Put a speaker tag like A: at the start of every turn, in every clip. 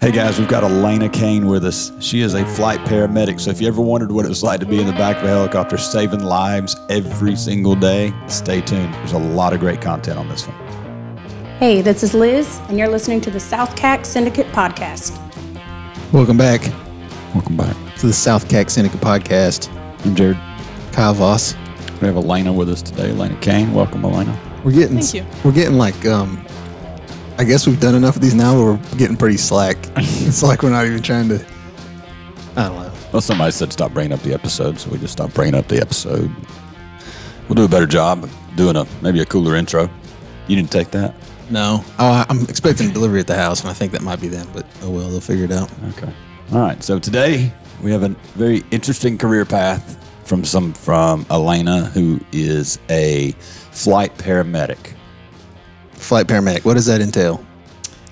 A: Hey guys, we've got Elena Kane with us. She is a flight paramedic. So if you ever wondered what it was like to be in the back of a helicopter saving lives every single day, stay tuned. There's a lot of great content on this one.
B: Hey, this is Liz, and you're listening to the South CAC Syndicate Podcast.
A: Welcome back. Welcome back.
C: to the South CAC Seneca podcast.
A: I'm Jared.
C: Kyle Voss.
A: We have Elena with us today. Elena Kane. Welcome, Elena.
C: We're getting
D: Thank you.
C: we're getting like um I guess we've done enough of these now where we're getting pretty slack. it's like we're not even trying to I don't know.
A: Well, somebody said stop bringing up the episode, so we just stopped bringing up the episode. We'll do a better job of doing a maybe a cooler intro. You didn't take that?
C: No. Oh, I- I'm expecting a delivery at the house and I think that might be that, but oh well, they'll figure it out.
A: Okay. All right. So today we have a very interesting career path from some from Elena, who is a flight paramedic.
C: Flight paramedic, what does that entail?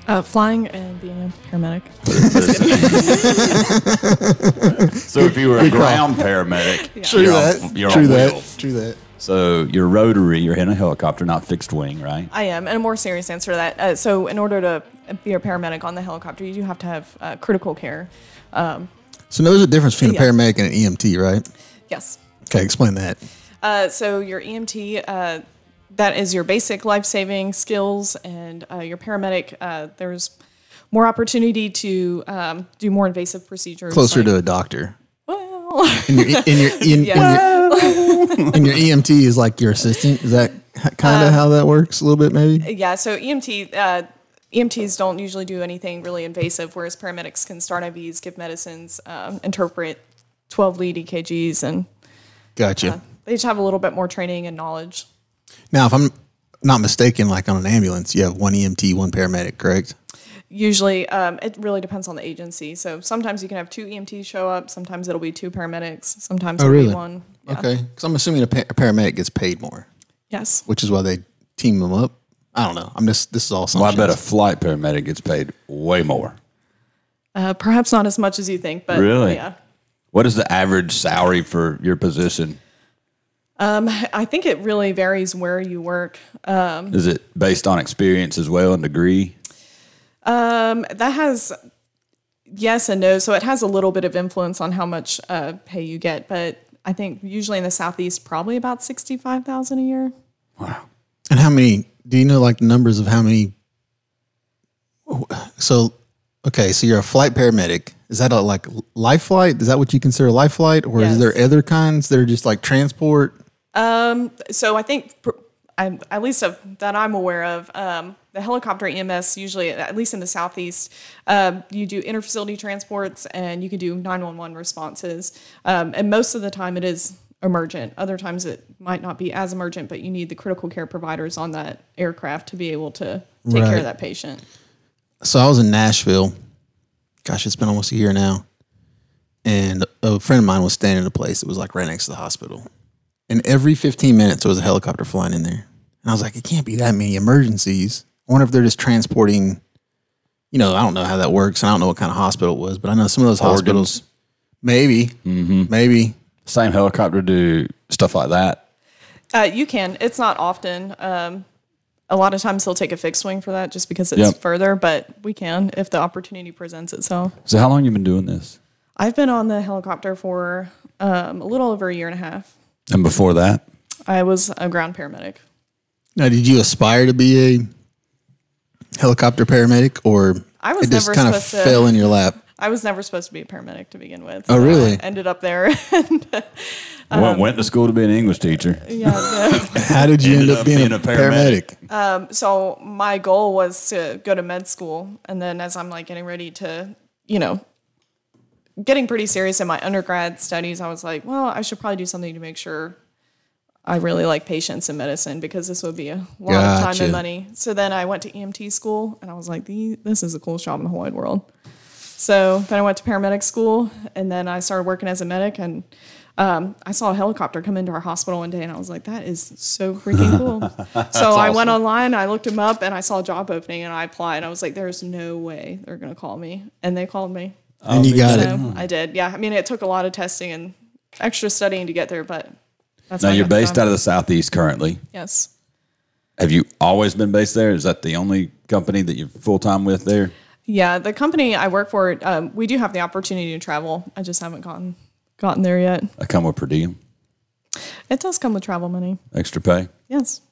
D: Uh, flying and being a paramedic.
A: so if you were a ground paramedic, you're on, you're on wheels.
C: True that.
A: So you're rotary, you're in a helicopter, not fixed wing, right?
D: I am, and a more serious answer to that. Uh, so, in order to be a paramedic on the helicopter, you do have to have uh, critical care. Um,
C: So now there's a difference between
D: Yeah.
C: a paramedic and an EMT, right?
D: yes.
C: Okay, explain that.
D: Uh, so, your EMT, uh, that is your basic life saving skills, and uh, your paramedic, uh, there's more opportunity to um, do more invasive procedures.
C: Closer
D: like-
C: to a doctor.
D: Well,
C: In your in your in,
D: Yes. Uh,
C: in, your, in your EMT is like your assistant. Is that kind of how that works a little bit maybe?
D: Yeah, so EMT uh, EMTs don't usually do anything really invasive, whereas paramedics can start IVs, give medicines, um, interpret 12 lead EKGs, and
C: Gotcha.
D: they just have a little bit more training and knowledge.
C: Now, if I'm not mistaken, like on an ambulance, you have one EMT, one paramedic, correct?
D: Usually, um, it really depends on the agency. So sometimes you can have two EMTs show up, sometimes it'll be two paramedics, sometimes it'll be one. Yeah.
C: Okay. Because I'm assuming a, pa- a paramedic gets paid more,
D: Yes.
C: which is why they team them up. I don't know. I'm just this is all
A: Well, I
C: something.
A: bet a flight paramedic gets paid way more.
D: Uh, perhaps not as much as you think, but
A: Really?
D: yeah.
A: What is the average salary for your position?
D: I think it really varies where you work.
A: Is it based on experience as well and degree?
D: Um, that has yes and no so it has a little bit of influence on how much uh, pay you get but i think usually in the southeast probably about 65000 a year
C: And how many? Do you know like the numbers of how many? So, okay, so you're a flight paramedic. Is that a like life flight? Is that what you consider life flight, or is
D: Yes.
C: there other kinds that are just like transport?
D: so i think pr- I'm, at least of, that i'm aware of um, the helicopter ems usually at least in the southeast um, you do interfacility transports and you can do 911 responses um, and most of the time it is emergent other times it might not be as emergent but you need the critical care providers on that aircraft to be able to take care
C: Right.
D: of that patient
C: so I was in Nashville. Gosh, it's been almost a year now. And a friend of mine was staying in a place that was like right next to the hospital. And every 15 minutes, there was a helicopter flying in there. And I was like, it can't be that many emergencies. I wonder if they're just transporting, you know, I don't know how that works. And I don't know what kind of hospital it was, but I know some of those hospitals, maybe, Mm-hmm. maybe.
A: Same helicopter do stuff like that.
D: Uh, you can. It's not often. Um, a lot of times he'll take a fixed wing for that just because it's
A: Yep.
D: further, but we can if the opportunity presents itself.
A: So how long you been doing this?
D: I've been on the helicopter for um, a little over a year and a half.
A: And before that?
D: I was a ground paramedic.
C: Now, did you aspire to be a helicopter paramedic or
D: I was
C: it just
D: never
C: kind of
D: supposed to-
C: fell in your lap?
D: I was never supposed to be a paramedic to begin with.
C: Oh,
D: so
C: really?
D: I ended up there. and, uh,
A: went, went to school to be an English teacher.
D: yeah, no.
C: How did you
A: Ended
C: end up, being, a paramedic?
D: so my goal was to go to med school and then as i'm like getting ready to you know getting pretty serious in my undergrad studies i was like well i should probably do something to make sure i really like patients in medicine because this would be a lot of time
C: Gotcha.
D: and money so then i went to emt school and i was like "The- this is the coolest job in the whole wide world so then i went to paramedic school and then i started working as a medic and um, I saw a helicopter come into our hospital one day, and I was like, "That is so freaking cool!" so I went online, I looked him up, and I saw a job opening, and I applied. I was like, "There's no way they're gonna call me," and they called me.
C: And you got it.
D: So I did. Yeah, I mean, it took a lot of testing and extra studying to get there, but that's
A: Now
D: how I
A: you're
D: got the
A: based
D: job.
A: out of the southeast currently.
D: yes.
A: Have you always been based there? Is that the only company that you're full time with there?
D: Yeah, the company I work for, um, we do have the opportunity to travel. I just haven't gotten gotten there yet.
A: I come with per diem,
D: It does come with travel money.
A: extra pay.
D: Yes.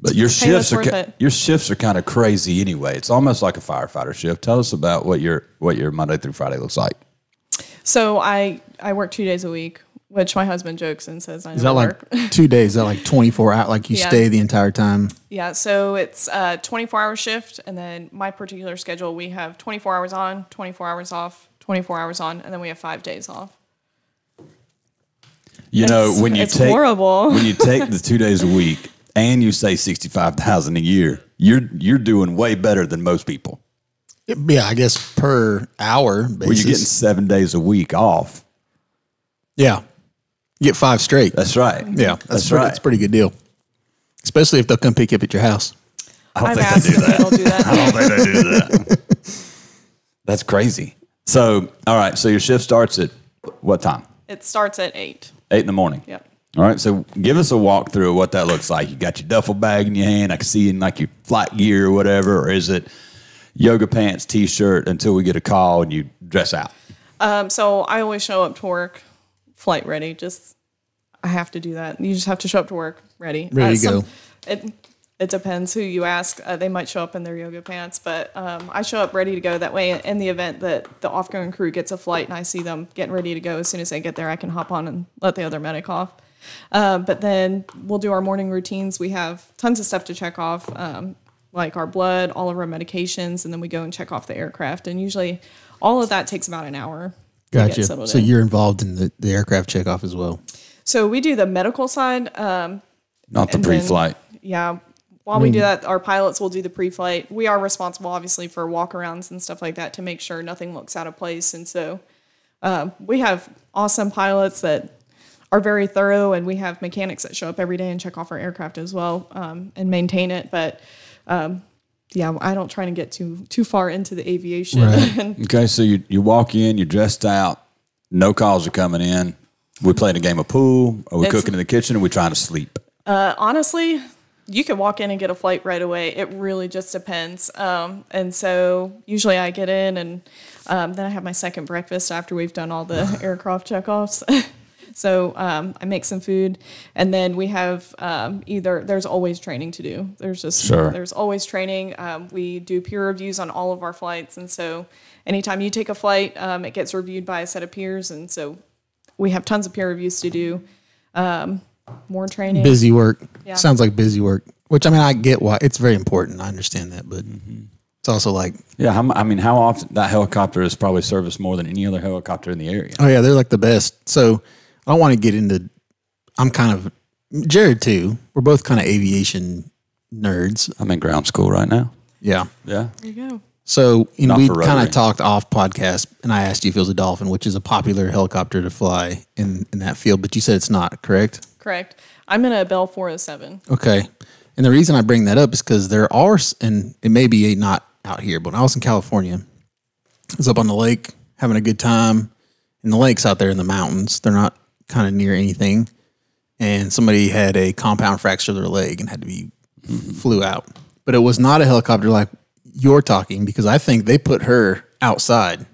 A: But your
D: Hey, that's
A: shifts are
D: worth
A: ki-
D: it.
A: your shifts are kind of crazy anyway. It's almost like a firefighter shift. Tell us about what your what your Monday through Friday looks like.
D: So I I work two days a week, which my husband jokes and says I
C: Is that
D: never
C: like
D: work.
C: two days? Is that like 24 hours? Like you
D: Yeah.
C: stay the entire time?
D: Yeah, so it's a 24 hour shift, and then my particular schedule, we have 24 hours on, 24 hours off, 24 hours on, and then we have five days off.
A: You know,
D: It's-
A: when you
D: it's
A: take
D: horrible.
A: when you take the two days a week and you say sixty five thousand a year, you're you're doing way better than most people.
C: Yeah, I guess per hour basis.
A: Well, you're getting seven days a week off.
C: yeah. You get five straight.
A: That's right.
C: yeah, that's,
A: that's,
C: pretty,
A: right.
C: That's a pretty good deal. Especially if they'll come pick you up at your house.
A: I don't
D: I've
A: think
D: asked
A: they do
D: if
A: that.
D: they'll do
A: I
D: that.
A: don't think they do that. that's crazy. So, all right. So your shift starts at what time?
D: it starts at eight.
A: Eight in the morning.
D: Yep.
A: All right, so give us a walkthrough of what that looks like. You got your duffel bag in your hand. I can see in like your flight gear or whatever, or is it yoga pants, t-shirt until we get a call and you dress out?
D: Um, so I always show up to work flight ready. Just I have to do that. You just have to show up to work ready.
C: Ready
D: Uh,
C: to go.
D: It, it depends who you ask. Uh, they might show up in their yoga pants, but um, I show up ready to go. That way, in the event that the off-going crew gets a flight and I see them getting ready to go, as soon as they get there, I can hop on and let the other medic off. Uh, but then we'll do our morning routines. We have tons of stuff to check off, um, like our blood, all of our medications, and then we go and check off the aircraft. And usually, all of that takes about an hour. to get
C: Gotcha.
D: settled
C: So
D: in.
C: you're involved in the, the aircraft checkoff as well.
D: So we do the medical side. Um,
A: Not the
D: And then-
A: pre-flight.
D: yeah. While we do that, our pilots will do the pre flight. We are responsible, obviously, for walkarounds and stuff like that to make sure nothing looks out of place. And so um, we have awesome pilots that are very thorough, and we have mechanics that show up every day and check off our aircraft as well um, and maintain it. But um, yeah, I don't try to get too too far into the aviation. and
A: Okay, so you, you walk in, you're dressed out, no calls are coming in. We playing a game of pool. Are we
D: It's-
A: cooking in the kitchen? Or are we trying to sleep?
D: uh, honestly, you can walk in and get a flight right away. It really just depends. Um, and so usually I get in and um, then I have my second breakfast after we've done all the aircraft checkoffs. so um, I make some food and then we have um, either there's always training to do. There's just
A: Sure.
D: there's always training. Um, we do peer reviews on all of our flights, and so anytime you take a flight, um, it gets reviewed by a set of peers, and so we have tons of peer reviews to do. Um, more training.
C: Busy work.
D: Yeah.
C: Sounds like busy work, which I mean, I get why it's very important. I understand that, but it's also like,
A: Yeah, how, m- I mean, how often that helicopter is probably serviced more than any other helicopter in the area.
C: oh yeah, they're like the best. So I don't want to get into, I'm kind of, Jared too, we're both kind of aviation nerds.
A: I'm in ground school right now.
C: Yeah.
A: Yeah,
D: There you go.
C: So and
A: Not
C: we
A: for
C: kind
A: rotary.
C: of talked off podcast, and I asked you if it was a dolphin, which is a popular helicopter to fly in in that field, but you said it's not correct.
D: Correct. I'm in a Bell 407.
C: Okay, and the reason I bring that up is because there are, s- and it may be not out here, but when I was in California, I was up on the lake having a good time, and the lakes out there in the mountains, they're not kind of near anything, and somebody had a compound fracture of their leg and had to be flew out, but it was not a helicopter like you're talking because I think they put her outside.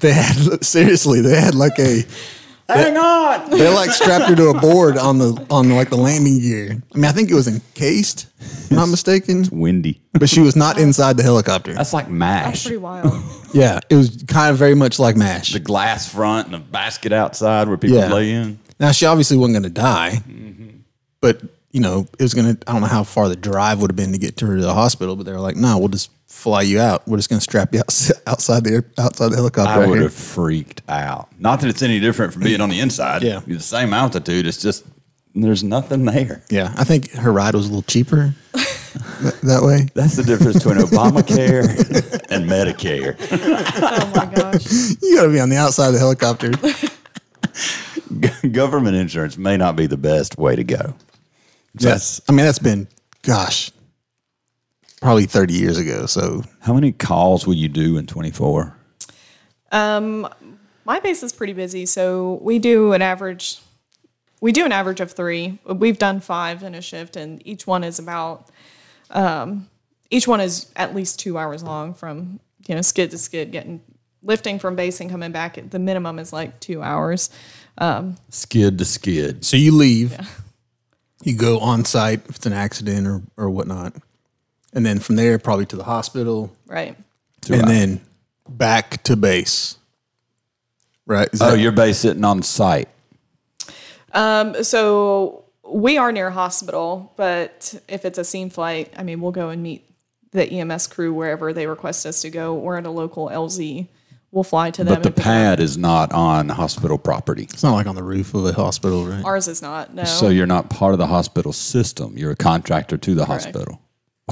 C: They had seriously, they had like a
A: hang on.
C: they like strapped her to a board on the on like the landing gear. I mean, I think it was encased, if I'm not mistaken,
A: Windy.
C: but she was not inside the helicopter.
A: That's like mash.
D: Pretty wild.
C: Yeah, it was kind of very much like Mash.
A: the glass front and a basket outside where people
C: Yeah.
A: lay in.
C: Now she obviously wasn't going to die,
A: Mm-hmm.
C: but you know it was going to. I don't know how far the drive would have been to get to her to the hospital, but they were like, "No, we'll just fly you out. We're just going to strap you outs- outside the air- outside the helicopter."
A: I
C: right
A: would
C: here."
A: have freaked out. Not that it's any different from being on the inside.
C: Yeah.
A: You're the same altitude. It's just there's nothing there.
C: Yeah, I think her ride was a little cheaper that, that way.
A: That's the difference between Obamacare and Medicare.
D: Oh my gosh.
C: You got to be on the outside of the helicopter.
A: Government insurance may not be the best way to go.
C: Yes. I mean, that's been, gosh, probably 30 years ago. So
A: How many calls will you do in 24?
D: My base is pretty busy, so we do an average we do an average of 3. We've done 5 in a shift and each one is about um each one is at least 2 hours long from you know, skid to skid, getting lifting from base and coming back. At the minimum is like two hours.
A: Skid to skid.
C: So you leave, you go on site if it's an accident or, or whatnot. And then from there, probably to the hospital
D: Right.
C: and then back to base. Right. Is
A: Oh,
C: that-
A: your base sitting on site.
D: Um, So we are near hospital, but if it's a scene flight, I mean, we'll go and meet the EMS crew wherever they request us to go. We're at a local LZ. We'll fly to them.
A: But the
D: and pick
A: pad is not on hospital property.
C: it's not like on the roof of a hospital, right?
D: Ours is not. No.
A: So you're not part of the hospital system. You're a contractor to the hospital.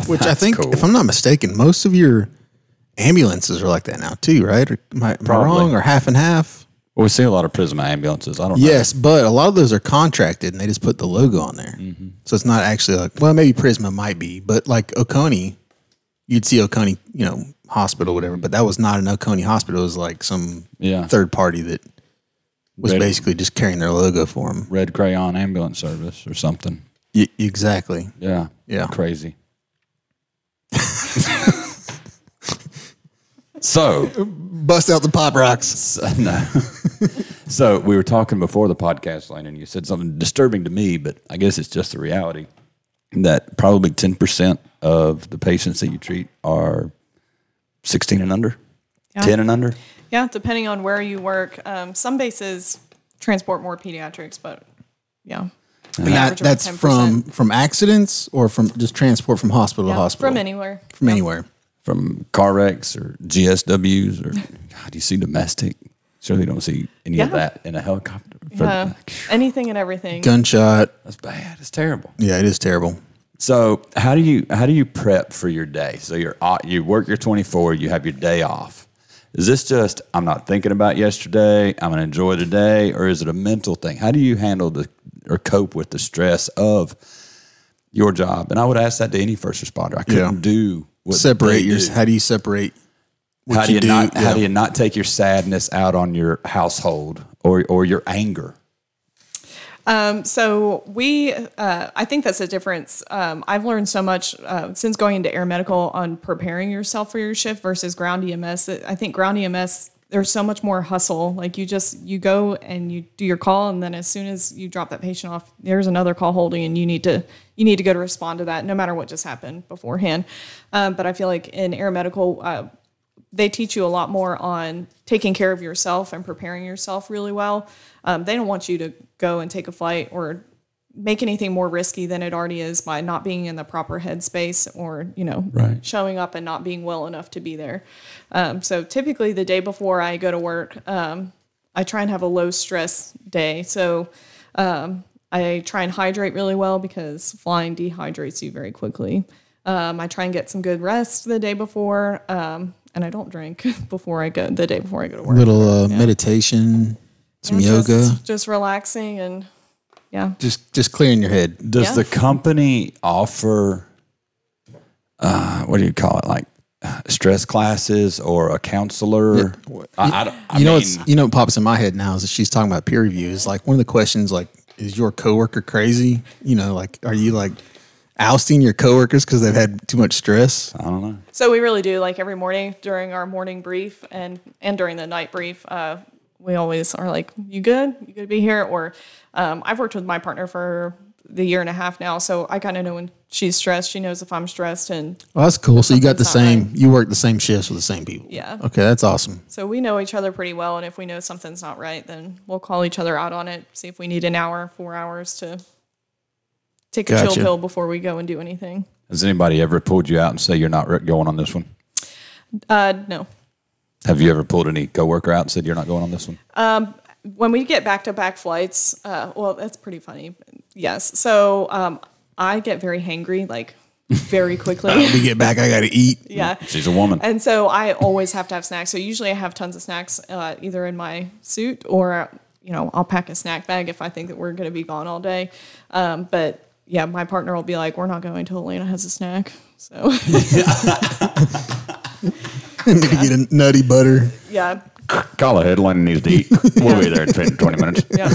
C: Which I
A: That's
C: think,
A: cool.
C: if I'm not mistaken, most of your ambulances are like that now too, right? Or am I, am I wrong? Or half and half?
A: Well, we see a lot of Prisma ambulances. I don't know.
C: Yes, but a lot of those are contracted and they just put the logo on there.
A: Mm-hmm.
C: So it's not actually like, well, maybe Prisma might be, but like Oconee, you'd see Oconee, you know, hospital, whatever, but that was not an Oconee hospital. It was like some
A: Yeah.
C: third party that was
A: Red-
C: basically just carrying their logo for them.
A: Red Crayon Ambulance Service or something.
C: Y- exactly.
A: Yeah.
C: Yeah.
A: Crazy. so,
C: Bust out the pop rocks.
A: so- no. so we were talking before the podcast, Lane, and you said something disturbing to me, but I guess it's just the reality that probably 10% of the patients that you treat are 16 and under, 10 and under.
D: Yeah, depending on where you work. Um, some bases transport more pediatrics, but yeah.
C: And that,
D: average around
C: that's
D: 10%.
C: from from accidents or from just transport from hospital
D: Yeah,
C: to hospital?
D: From anywhere.
C: From anywhere.
A: from car wrecks or GSWs or God, you see domestic. Surely you don't see any of
D: Yeah.
A: that in a helicopter.
D: Uh, anything and everything.
C: Gunshot.
A: That's bad. It's terrible.
C: Yeah, it is terrible.
A: So how do you how do you prep for your day? So you're o- you work your 24, you have your day off. Is this just I'm not thinking about yesterday, I'm gonna enjoy the day, or is it a mental thing? How do you handle the or cope with the stress of your job? And I would ask that to any first responder. I couldn't
C: Yeah.
A: do what they
C: Separate your.
A: do.
C: How do you separate? what
A: how do you, not
C: yeah.
A: how do you not take your sadness out on your household or or your anger?
D: Um, so we, uh, I think that's a difference. Um, I've learned so much uh, since going into air medical on preparing yourself for your shift versus ground EMS. I think ground EMS there's so much more hustle. Like you just you go and you do your call, and then as soon as you drop that patient off, there's another call holding, and you need to you need to go to respond to that, no matter what just happened beforehand. Um, but I feel like in air medical. Uh, they teach you a lot more on taking care of yourself and preparing yourself really well. Um, they don't want you to go and take a flight or make anything more risky than it already is by not being in the proper headspace or you know
A: Right.
D: showing up and not being well enough to be there. Um, so typically, the day before I go to work, um, I try and have a low stress day. So um, I try and hydrate really well because flying dehydrates you very quickly. Um, I try and get some good rest the day before, um, and I don't drink before I go the day before I go to work.
C: little uh, meditation, some
D: Just-
C: yoga,
D: just, relaxing and yeah.
C: just just clearing your head.
A: Does
D: Yeah.
A: the company offer uh, what do you call it like uh, stress classes or a counselor? I, I don't- I
C: you know
A: mean,
C: what's you know what pops in my head now is that she's talking about peer review. Is like one of the questions like, is your coworker crazy? You know, like are you like ousting your coworkers because they've had too much stress?
D: So we really do like every morning during our morning brief and and during the night brief. Uh, we always are like, "You good? You good to be here?" Or um, I've worked with my partner for the year and a half now, so I kind of know when she's stressed. She knows if I'm stressed, and
C: Well, that's cool. So you got the
D: Something's
C: same. You work the same shifts with the same people.
D: Yeah.
C: Okay, that's awesome.
D: so we know each other pretty well. And if we know something's not right, then we'll call each other out on it. See if we need an hour, four hours to take a
C: Gotcha.
D: chill pill before we go and do anything.
A: has anybody ever pulled you out and say you're not re- going on this one?
D: Uh, no.
A: Have you ever pulled any coworker out and said you're not going on this one?
D: when we get back to back flights, uh, well, that's pretty funny. Yes. So um, I get very hangry, like very quickly.
C: We get back. I got to eat.
D: yeah.
A: She's a woman.
D: And so I always have to have snacks. So usually I have tons of snacks uh, either in my suit or, you know, I'll pack a snack bag if I think that we're going to be gone all day. Um, but yeah, my partner will be like, we're not going till Elena has a snack. So
C: Maybe get a nutty butter.
D: yeah.
A: Call ahead. Landon needs to eat. We'll be there in 10, 20 minutes.
D: Yeah.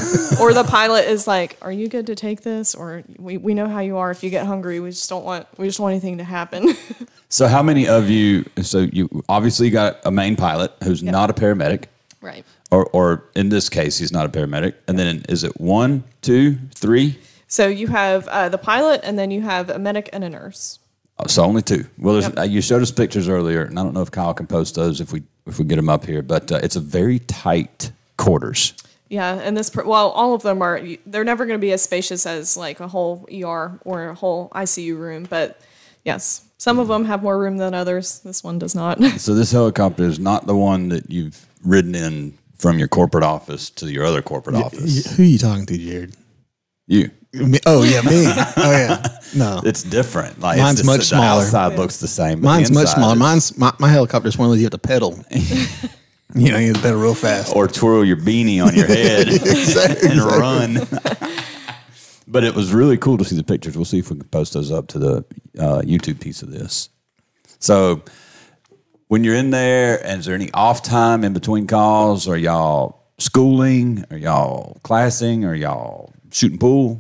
D: or the pilot is like, "Are you good to take this?" Or we, we know how you are. If you get hungry, we just don't want we just want anything to happen.
A: So, how many of you? So, you obviously got a main pilot who's not a paramedic,
D: right.
A: or, or in this case, he's not a paramedic. And then is it one, two, three?
D: So you have uh, the pilot, and then you have a medic and a nurse.
A: Oh, So only two. Well, there's, uh you showed us pictures earlier, and I don't know if Kyle can post those if we if we get them up here. But uh, it's a very tight quarters.
D: Yeah, and this per- well, all of them are. They're never going to be as spacious as like a whole ER or a whole ICU room, but yes, some of them have more room than others. This one does not.
A: So this helicopter is not the one that you've ridden in from your corporate office to your other corporate office.
C: Who are you talking to, Jared?
A: You.
C: Me- Oh yeah, me. Oh yeah. No,
A: It's different. Like it's
C: Mine's
A: just
C: much
A: that
C: smaller.
A: The outside looks the same. but the
C: mine's much
A: inside
C: smaller.
A: is-
C: Mine's my, my helicopter's one of those you have to pedal. you know, you have to pedal real fast.
A: or twirl your beanie on your head and run. but it was really cool to see the pictures. We'll see if we can post those up to the uh, YouTube piece of this. So when you're in there, and is there any off time in between calls? Are y'all schooling? Are y'all classing? Are y'all shooting pool?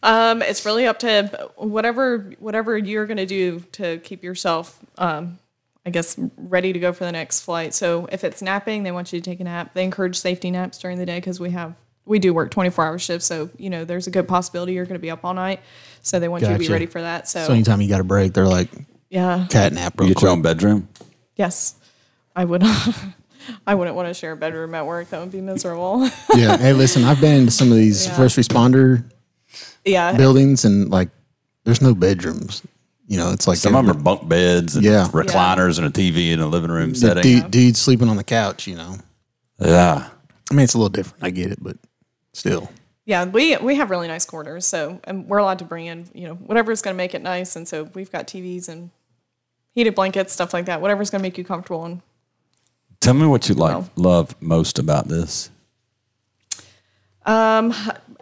D: Um, it's really up to whatever whatever you're going to do to keep yourself, um, I guess, ready to go for the next flight. So if it's napping, they want you to take a nap. They encourage safety naps during the day because we have we do work 24 hour shifts. So you know there's a good possibility you're going to be up all night. So they want you to
C: Gotcha.
D: be ready for that. So,
C: So anytime you got a break, they're like
D: yeah,
C: cat nap real
A: You get your
C: quick.
A: own bedroom?
D: yes, I would. I wouldn't want to share a bedroom at work. That would be miserable.
C: yeah. Hey, listen, I've been into some of these
D: Yeah.
C: first responder
D: yeah,
C: buildings and like there's no bedrooms. You know, it's like
A: Some of them are bunk beds and
C: Yeah.
A: recliners and a TV in a living room
C: the
A: setting.
C: dude, dude sleeping on the couch, you know.
A: Yeah.
C: I mean, it's a little different. I get it, but still.
D: Yeah, we we have really nice quarters, so and we're allowed to bring in you know whatever's going to make it nice, and so we've got TVs and heated blankets, stuff like that. Whatever's going to make you comfortable. And
A: Tell me what you like
D: Wow.
A: love most about this.
D: um,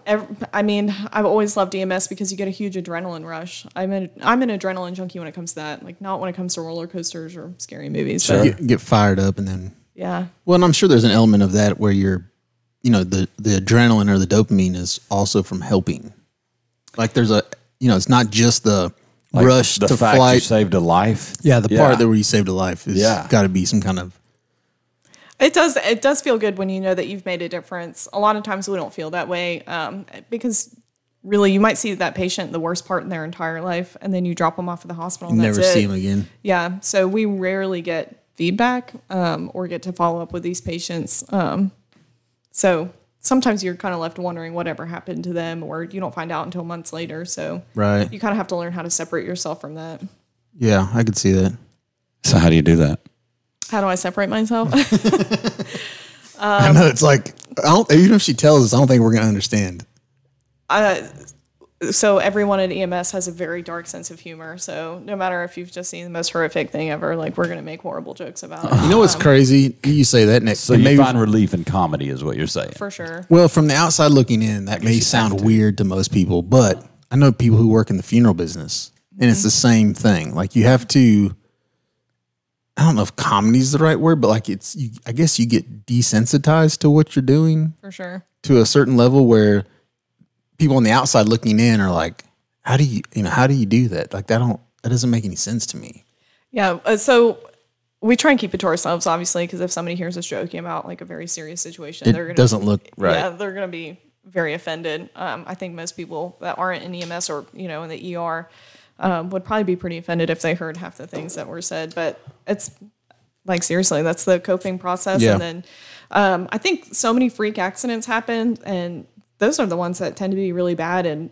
D: ev I mean, I've always loved EMS because you get a huge adrenaline rush. I'm an I'm an adrenaline junkie when it comes to that. Like not when it comes to roller coasters or scary movies. but
C: Get, get fired up and then
D: yeah,
C: Well, and I'm sure there's an element of that where you're, you know, the the adrenaline or the dopamine is also from helping. Like there's a, you know, it's not just the rush
A: the
C: to
A: fact you
C: flight.
A: saved a life.
C: Yeah, the
A: Yeah.
C: part that where you saved a life has
A: Yeah.
C: got to be some kind of.
D: It does. It does feel good when you know that you've made a difference. A lot of times we don't feel that way um, because really you might see that patient the worst part in their entire life, and then you drop them off at the hospital. And that's
C: never see
D: it.
C: him again.
D: Yeah. So we rarely get feedback um, or get to follow up with these patients. Um, so sometimes you're kind of left wondering whatever happened to them, or you don't find out until months later. So
C: Right.
D: you kind of have to learn how to separate yourself from that.
C: Yeah, I could see that.
A: So how do you do that?
D: How do I separate myself?
C: I know it's like I don't. Even if she tells us, I don't think we're gonna understand.
D: Uh, so everyone in EMS has a very dark sense of humor. So no matter if you've just seen the most horrific thing ever, like we're gonna make horrible jokes about it
C: You know what's crazy? You say that next.
A: So
C: and
A: you find relief in comedy, is what you're saying.
D: for sure.
C: Well, from the outside looking in, that may sound weird to most people, but I know people who work in the funeral business, and
D: Mm-hmm.
C: it's the same thing. Like you have to. I don't know if comedy is the right word, but like it's, you, I guess you get desensitized to what you're doing
D: For sure.
C: to a certain level where people on the outside looking in are like, how do you, you know, how do you do that? Like that don't, that doesn't make any sense to me.
D: Yeah. uh, so we try and keep it to ourselves, obviously, because if somebody hears us joking about like a very serious situation, they're
C: It
D: gonna
C: doesn't look right.
D: Yeah, they're gonna be very offended. Um, I think most people that aren't in EMS or you know in the ER um, would probably be pretty offended if they heard half the things that were said. But it's like seriously, that's the coping process,
C: Yeah.
D: and then. um, I think so many freak accidents happen, and those are the ones that tend to be really bad. And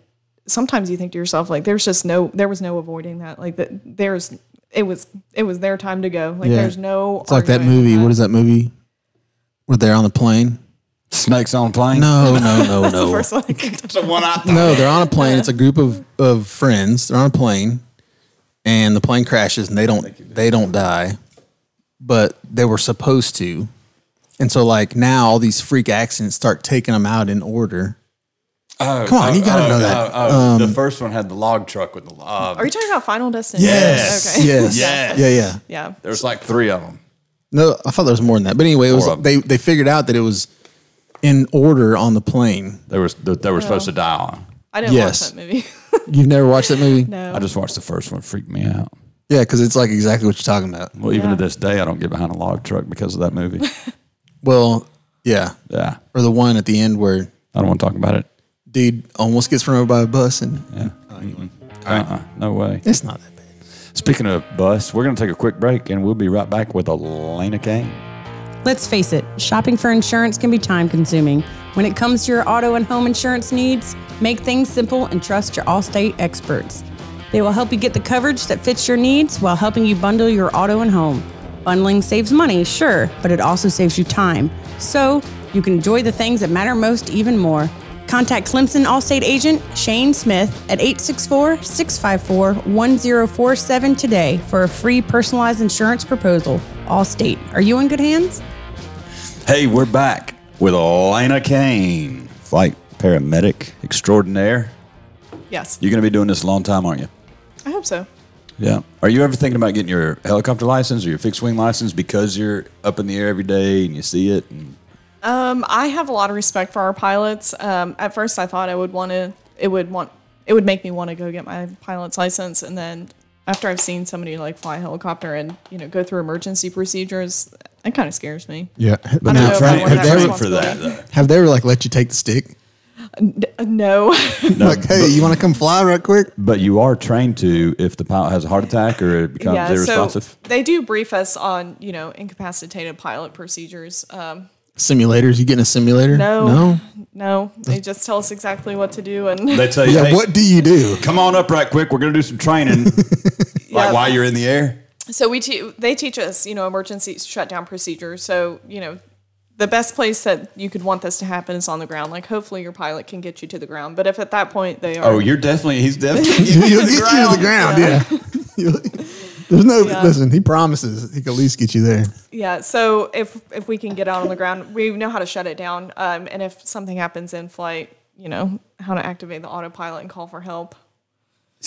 D: sometimes you think to yourself, like, there's just no, there was no avoiding that. Like, that there's, it was, it was their time to go. Like,
C: Yeah.
D: there's no.
C: It's like that
D: arguing with
C: movie. What is that movie? Where they're on the plane?
A: Snakes on plane.
C: No, no, no, no.
D: First one I can touch.
C: No, they're on a plane. It's a group of, of friends. They're on a plane, and the plane crashes, and they don't they don't die, but they were supposed to, and so like now all these freak accidents start taking them out in order. Oh, come on, you gotta know that.
A: Oh, the first one had the log truck with the uh, log.
D: Are you talking about Final Destination?
C: Yes,
D: Okay.
C: yes,
A: Yes.
C: yeah, yeah.
D: Yeah.
A: There's like three of them.
C: No, I thought there was more than that. But anyway, it was
A: More of 'em.
C: they they figured out that it was in order on the plane.
A: They were they,
D: Oh.
A: they were supposed to die on.
D: I didn't
C: Yes.
D: watch that movie.
C: You've never watched that movie? No.
D: Oh.
A: I just watched the first one, freaked me out.
C: Yeah, because it's like exactly what you're talking about.
A: Well, even
D: Yeah.
A: to this day, I don't get behind a log truck because of that movie.
C: Well, yeah,
A: yeah,
C: or the one at the end where
A: I don't want to talk about it.
C: dude almost gets run over by a bus, and
A: Uh-uh, no way.
C: it's not that bad.
A: Speaking of bus, we're going to take a quick break and we'll be right back with Elena Kane.
E: Let's face it, shopping for insurance can be time consuming. When it comes to your auto and home insurance needs, make things simple and trust your Allstate experts. They will help you get the coverage that fits your needs while helping you bundle your auto and home. Bundling saves money, sure, but it also saves you time. So you can enjoy the things that matter most even more. Contact Clemson Allstate agent Shane Smith at 864 654 1047 today for a free personalized insurance proposal. Allstate, are you in good hands?
A: Hey, we're back with Elena Kane, flight paramedic extraordinaire.
D: yes.
A: You're going to be doing this a long time, aren't you?
D: I hope so.
A: Yeah. Are you ever thinking about getting your helicopter license or your fixed wing license because you're up in the air every day and you see it? And
D: Um, I have a lot of respect for our pilots. Um, at first, I thought I would want to. It would want. It would make me want to go get my pilot's license, and then after I've seen somebody like fly a helicopter and you know go through emergency procedures, that kind of scares me.
C: Yeah, but
D: I don't know
C: now,
D: if I
C: have,
D: want
A: Have
D: that
A: they ever-
C: they ever,
A: for that,
D: responsibility.
C: have they ever like let you take the stick?
D: Uh, No,
C: like, hey, you want to come fly right quick?
A: but you are trained to if the pilot has a heart attack or it becomes
D: yeah. So
A: irresponsive.
D: they do brief us on you know incapacitated pilot procedures. Um,
C: Simulators? You get in a simulator?
D: no,
C: no.
D: no, They just tell us exactly what to do, and
A: They tell you,
C: Yeah,
A: "Hey,
C: what do you do?
A: come on up right quick. We're going to do some training.
D: Yeah.
A: Like while you're in the air.
D: so we te- they teach us you know emergency shutdown procedures so you know the best place that you could want this to happen is on the ground like hopefully your pilot can get you to the ground but if at that point they are
A: Oh, you're definitely, he's definitely.
C: He'll get you to the ground. Yeah. There's no listen. He promises he can at least get you there.
D: yeah so if if we can get out on the ground we know how to shut it down um, and if something happens in flight you know how to activate the autopilot and call for help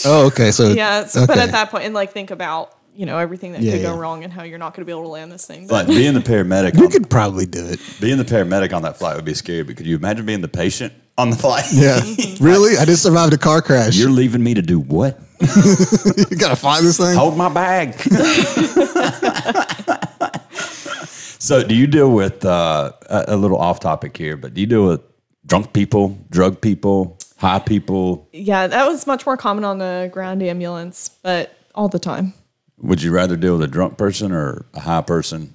C: Oh, okay. So
D: yeah so, but
C: okay.
D: at that point and like think about you know everything that
C: Yeah,
D: could
C: yeah.
D: go wrong and how you're not going to be able to land this thing
A: Like being the paramedic,
C: you
A: on,
C: could probably do it.
A: being the paramedic on that flight would be scary. But could you imagine being the patient on the flight?
C: Yeah. really? I just survived a car crash.
A: You're
C: you
A: leaving me to do what?
C: gotta fly this thing.
A: Hold my bag. so, do you deal with uh, a, a little off topic here? But do you deal with drunk people, drug people, high people?
D: yeah that was much more common on the ground ambulance but all the time
A: Would you rather deal with a drunk person or a high person?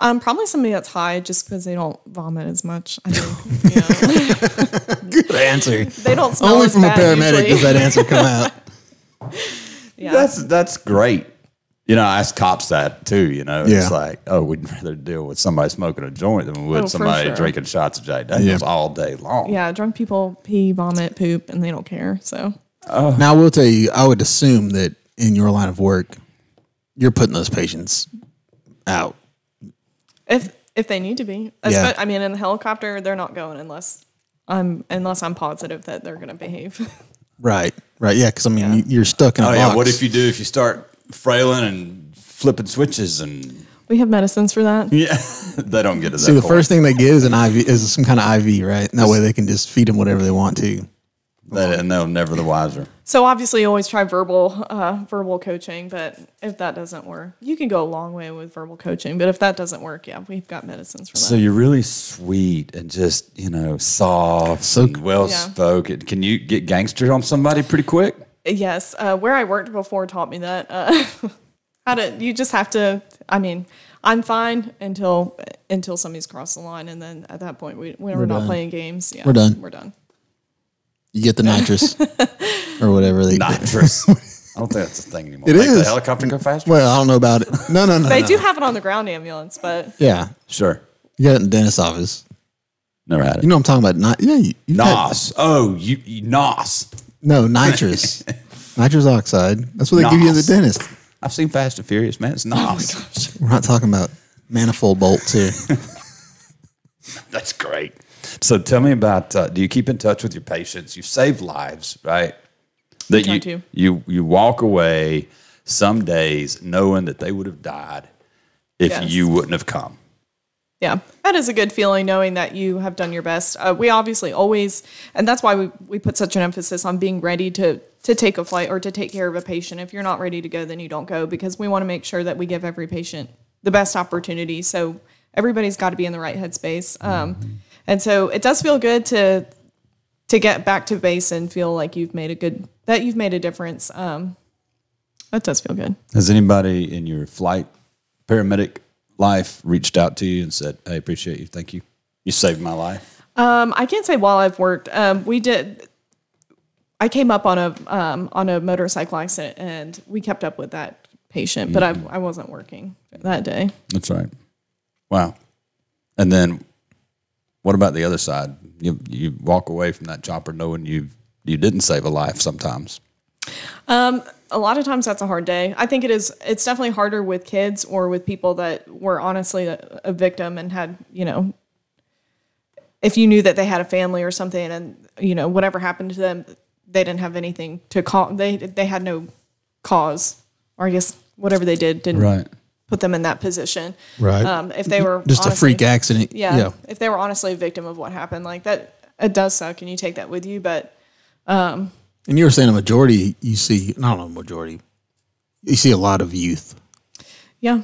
D: Um, probably somebody that's high, just because they don't vomit as much. I think you know,
C: Good answer.
D: they don't smell
C: Only
D: as
C: from a
D: bad
C: paramedic
D: usually.
C: does that answer come out.
D: Yeah.
A: That's that's great. You know, I ask cops that too. You know,
C: Yeah.
A: it's like, oh, we'd rather deal with somebody smoking a joint than we would
D: Oh, for
A: somebody
D: sure.
A: drinking shots of Jack Daniels all day long.
D: yeah, drunk people pee, vomit, poop, and they don't care. So
C: Now, I will tell you, I would assume that in your line of work, you're putting those patients out.
D: if if they need to be,
C: Yeah.
D: yeah. I mean, in the helicopter, they're not going unless I'm unless I'm positive that they're going to behave.
C: Right. Right. Yeah. Because I mean, you- you're stuck in a
A: Oh
C: box.
A: yeah. What if you do if you start frailing and flipping switches and
D: we have medicines for that.
A: yeah, they don't get to that.
C: See, the
A: point.
C: first thing they get is an IV, is some kind of IV, right? And that way they can just feed them whatever they want to.
A: That- and they're never the wiser.
D: So obviously, you always try verbal uh, verbal coaching, but if that doesn't work, you can go a long way with verbal coaching. But if that doesn't work, yeah, we've got medicines for that.
A: So you're really sweet and just you know soft,
C: So-
A: so well spoken. Can you get gangster on somebody pretty quick?
D: Yes, uh, where I worked before taught me that. Uh, how to you just have to. I mean, I'm fine until until somebody's crossed the line, and then at that point, we when we're, not
C: done.
D: playing games, yeah,
C: We're done.
D: We're done.
C: You get the nitrous or whatever they
A: Nitrous. I don't think that's a thing anymore.
C: It
A: Make the
C: is.
A: helicopter go faster.
C: Well, I don't know about it. No, no, no.
D: They
C: no.
D: do have it on the ground ambulance, but
C: Yeah.
A: sure.
C: You got it in the dentist's office.
A: Never had it.
C: You know what I'm talking about. Not, yeah. You, you've had-
A: Nos. Oh, you, you Nos.
C: no, nitrous. nitrous oxide. That's what they give you in the
A: Nos.
C: dentist.
A: I've seen Fast and Furious, man. It's
D: Oh
A: Nos.
C: We're not talking about manifold bolts here.
A: That's great. So tell me about. Uh, do you keep in touch with your patients? You save lives, right? That
D: try
A: you
D: to.
A: you you walk away some days knowing that they would have died, if
D: Yes.
A: you wouldn't have come.
D: Yeah, that is a good feeling knowing that you have done your best. Uh, we obviously always, and that's why we, we put such an emphasis on being ready to to take a flight or to take care of a patient. If you're not ready to go, then you don't go because we want to make sure that we give every patient the best opportunity. So everybody's got to be in the right headspace. Um, and so it does feel good to to get back to base and feel like you've made a good that you've made a difference. Um, that does feel good.
A: Has anybody in your flight paramedic life reached out to you and said, "Hey, appreciate you, thank you, you saved my life"?
D: Um, I can't say while I've worked. Um, we did. I came up on a um, on a motorcycle accident, and we kept up with that patient, but I, I wasn't working that day.
A: That's right. Wow. And then, what about the other side? You you walk away from that chopper knowing you you didn't save a life. Sometimes
D: Um, A lot of times that's a hard day. I think it is. It's definitely harder with kids or with people that were honestly a, a victim and had you know. If you knew that they had a family or something, and you know whatever happened to them, they didn't have anything to call. They they had no cause, or I guess whatever they did didn't put them in that position.
C: Right.
D: Um, if they were
C: Just a
D: honestly-
C: freak accident.
D: Yeah,
C: Yeah.
D: If they were honestly a victim of what happened, like that, it does suck, and you take that with you. But
C: And you were saying a majority you see, not a majority, you see a lot of youth.
D: yeah,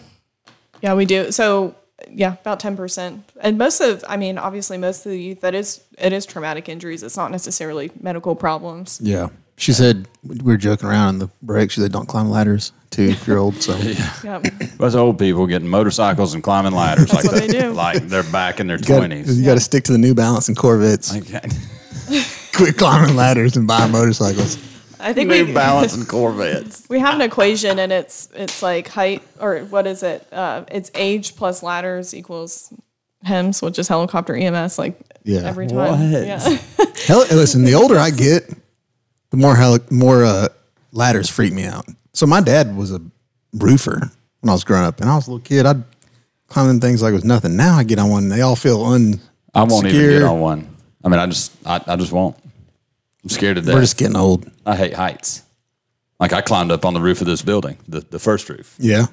D: yeah, we do. So yeah, about ten percent, and most of, I mean, obviously most of the youth that is it is traumatic injuries. It's not necessarily medical problems.
C: Yeah. She said, we were joking around in the break. She said, don't climb ladders too if you're old. So
D: Yeah,
A: That's old people getting motorcycles and climbing ladders like
D: what
A: that.
D: they do.
A: Like they're back in their
C: you got
A: twenties.
C: to stick to the New Balance and Corvettes. Quit climbing ladders and buying motorcycles.
D: I think we
A: New Balance and Corvettes.
D: we have an equation, and it's it's like height or what is it? Uh, it's age plus ladders equals HEMS, which is helicopter EMS. Like
C: Yeah.
D: every time.
A: What?
D: Yeah.
C: Hell, listen, the older I get, the more hell, more uh, ladders freak me out. So my dad was a roofer when I was growing up, and I was a little kid. I'd climb them things like it was nothing. Now I get on one, and they all feel un.
A: I won't even
C: secure.
A: get on one. I mean, I just I, I just won't. I'm scared to death.
C: We're just getting old.
A: I hate heights. Like I climbed up on the roof of this building, the, the first roof.
C: Yeah,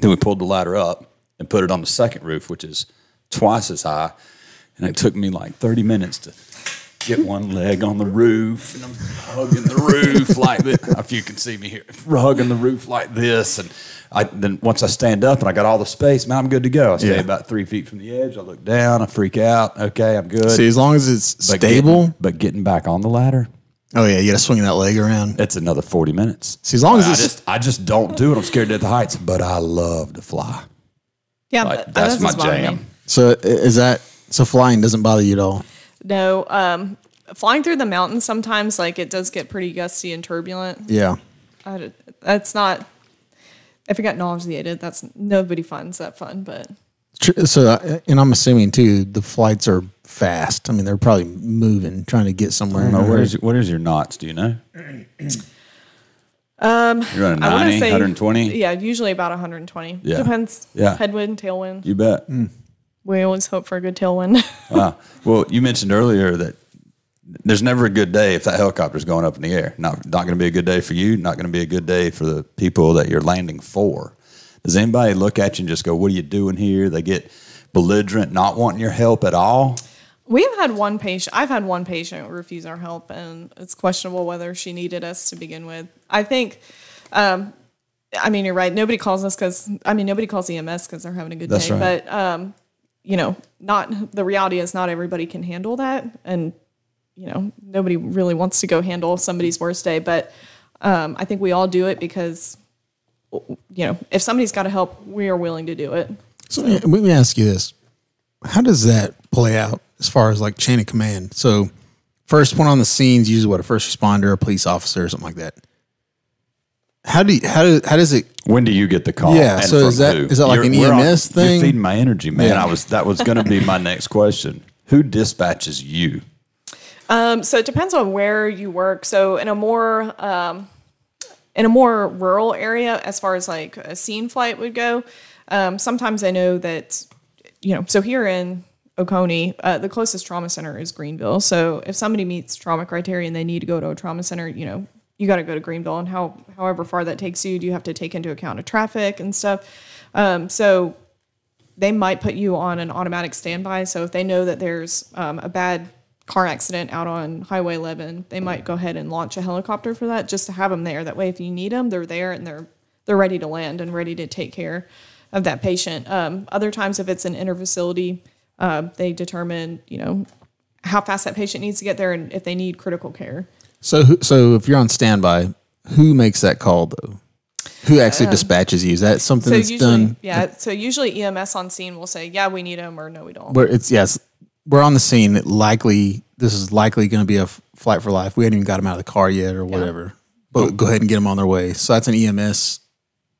A: Then we pulled the ladder up and put it on the second roof, which is twice as high. And it took me like 30 minutes to get one leg on the roof. And I'm hugging the roof like this. If you can see me here, hugging the roof like this. And I, then once I stand up and I got all the space, man, I'm good to go. I stay
C: Yeah.
A: about three feet from the edge. I look down. I freak out. Okay, I'm good.
C: see, as long as it's
A: But getting-
C: stable.
A: but getting back on the ladder,
C: oh yeah, you got to swing that leg around.
A: it's another 40 minutes.
C: See, as long as
A: I
C: it's
A: just I just don't do it. I'm scared to the heights, but I love to fly.
D: Yeah,
A: Like,
D: but- uh,
A: that's
D: that
A: my
D: doesn't bother me.
A: jam.
C: so. i- Is that so? Flying doesn't bother you at all.
D: No, um, flying through the mountains sometimes, like it does get pretty gusty and turbulent.
C: Yeah,
D: I d that's not. If you got nauseated, that's nobody finds that fun. But
C: Tr- so I- and I'm assuming too the flights are fast. I mean, they're probably moving, trying to get somewhere.
A: I don't know. What is, what is your knots? Do you know? Um, You're on a
D: I want
A: 90,
D: to say
A: 120?
D: Yeah, usually about 120.
A: Yeah.
D: Depends.
A: Yeah.
D: Headwind, tailwind.
A: You bet.
D: We always hope for a good tailwind.
A: Wow. Well, you mentioned earlier that there's never a good day if that helicopter's going up in the air. Not, not going to be a good day for you. Not going to be a good day for the people that you're landing for. Does anybody look at you and just go, what are you doing here? They get belligerent, not wanting your help at all.
D: We've had one patient. I've had one patient refuse our help, and it's questionable whether she needed us to begin with. I think, um, I mean, you're right. Nobody calls us because I mean, nobody calls E EMS because they're having a good
A: That's
D: day.
A: right.
D: But um, you know, not the reality is not everybody can handle that, and you know, nobody really wants to go handle somebody's worst day. But um, I think we all do it because you know, if somebody's got to help, we are willing to do it.
C: So let me- let me ask you this: How does that play out as far as like chain of command? So, first one on the scenes, usually what a first responder, a police officer, or something like that. How do you, how do, how does it?
A: When do you get the call?
C: Yeah, so
A: from
C: is that-
A: who?
C: is that like an
A: we're
C: EMS thing?
A: You're feeding my energy, man.
C: Yeah.
A: I was that was going to be my next question. Who dispatches you?
D: Um, so it depends on where you work. So in a more um, in a more rural area, as far as like a scene flight would go, um, sometimes I know that you know. So here in Oconee, uh, the closest trauma center is Greenville. So if somebody meets trauma criteria and they need to go to a trauma center, you know, you got to go to Greenville, and how however far that takes you, do you have to take into account of traffic and stuff. Um, so they might put you on an automatic standby. So if they know that there's um, a bad car accident out on Highway 11, they might go ahead and launch a helicopter for that just to have them there. That way, if you need them, they're there and they're they're ready to land and ready to take care of that patient. Um, other times, if it's an interfacility, uh, they determine you know how fast that patient needs to get there and if they need critical care.
C: So, who- so if you're on standby, who makes that call though? Who actually dispatches you? Is that something
D: Uh, So
C: that's
D: usually,
C: done?
D: yeah. So usually EMS on scene will say, yeah, we need them or no, we don't.
C: Where it's yes, we're on the scene. That likely this is likely going to be a f- flight for life. We hadn't even got them out of the car yet, or whatever. But go ahead and get them on their way. So that's an E EMS.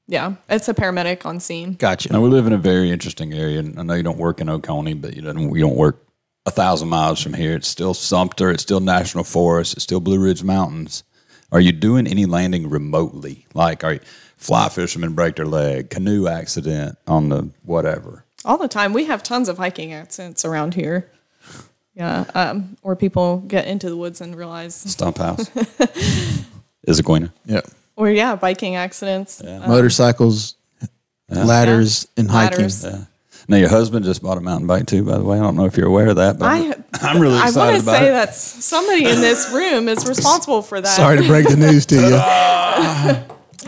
D: yeah, it's a paramedic on scene.
C: Gotcha.
A: Now we live in a very interesting area, and I know you don't work in Oconee, but you don't you don't work a thousand miles from here. It's still Sumter, it's still National Forest, it's still Blue Ridge Mountains. Are you doing any landing remotely? Like, are you, fly fishermen break their leg, canoe accident on the whatever?
D: All the time. We have tons of hiking accidents around here. Yeah, um, or people get into the woods and realize,
A: Stump house is a queen.
C: Yeah.
D: or yeah, biking accidents.
C: Motorcycles, ladders, and hiking.
D: Ladders.
A: Now your husband just bought a mountain bike too. By the way, I don't know if you're aware of that, but I,
D: I-
A: am really
D: I
A: excited
D: want to
A: about
D: say
A: it.
D: that somebody in this room is responsible for that.
C: Sorry to break the news to you.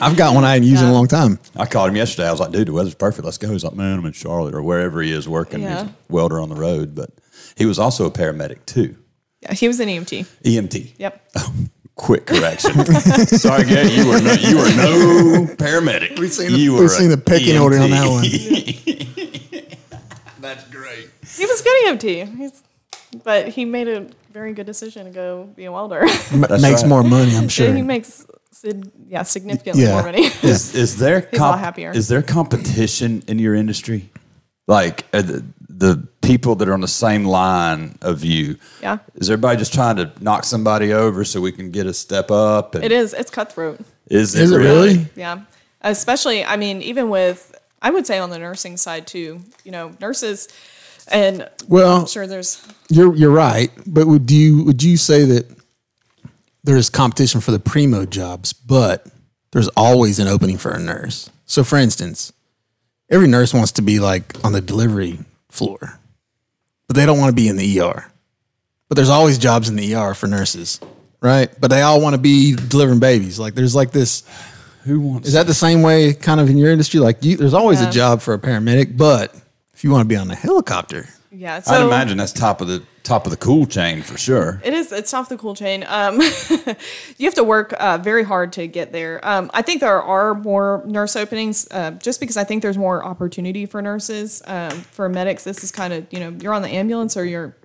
C: I've got one I hadn't used in a long time.
A: I called him yesterday. I was like, dude, the weather's perfect. Let's go. He's like, man, I'm in Charlotte or wherever he is working.
D: Yeah.
A: He's a welder on the road. But he was also a paramedic too.
D: Yeah, he was an EMT.
A: EMT.
D: Yep.
C: Oh.
A: Quick correction. Sorry, Gary, you were no, you were no paramedic. We've
C: seen the- we've seen the pecking order on that
A: E That's great.
D: He was a good EMT. He's, but he made a very good decision to go be a welder.
C: M- makes
A: right.
C: more money, I'm sure.
D: he makes sig- yeah significantly
C: Yeah.
D: more money.
A: Is, is there
D: He's a lot happier.
A: Is there competition in your industry? Like are the, the people that are on the same line of you.
D: Yeah.
A: Is everybody just trying to knock somebody over so we can get a step up? And
D: it is. It's cutthroat.
A: Is it,
C: Is it really?
D: Yeah. Especially, I mean, even with, I would say on the nursing side too, you know, nurses, and
C: Well,
D: I'm sure there's,
C: You're you're right, but would you would you say that there is competition for the primo jobs, but there's always an opening for a nurse. So, for instance, every nurse wants to be like on the delivery floor, but they don't want to be in the ER. But there's always jobs in the ER for nurses, right? But they all want to be delivering babies. Like there's like this.
A: Who wants
C: Is that the same way kind of in your industry? Like you, there's always a job for a paramedic, but if you want to be on a helicopter,
D: yeah.
A: I'd
D: So
A: imagine that's top of the top of the cool chain for sure.
D: it is, it's off the cool chain. Um, you have to work uh, very hard to get there. Um, I think there are more nurse openings uh, just because I think there's more opportunity for nurses. Um, for medics, this is kind of, you know, you're on the ambulance or you're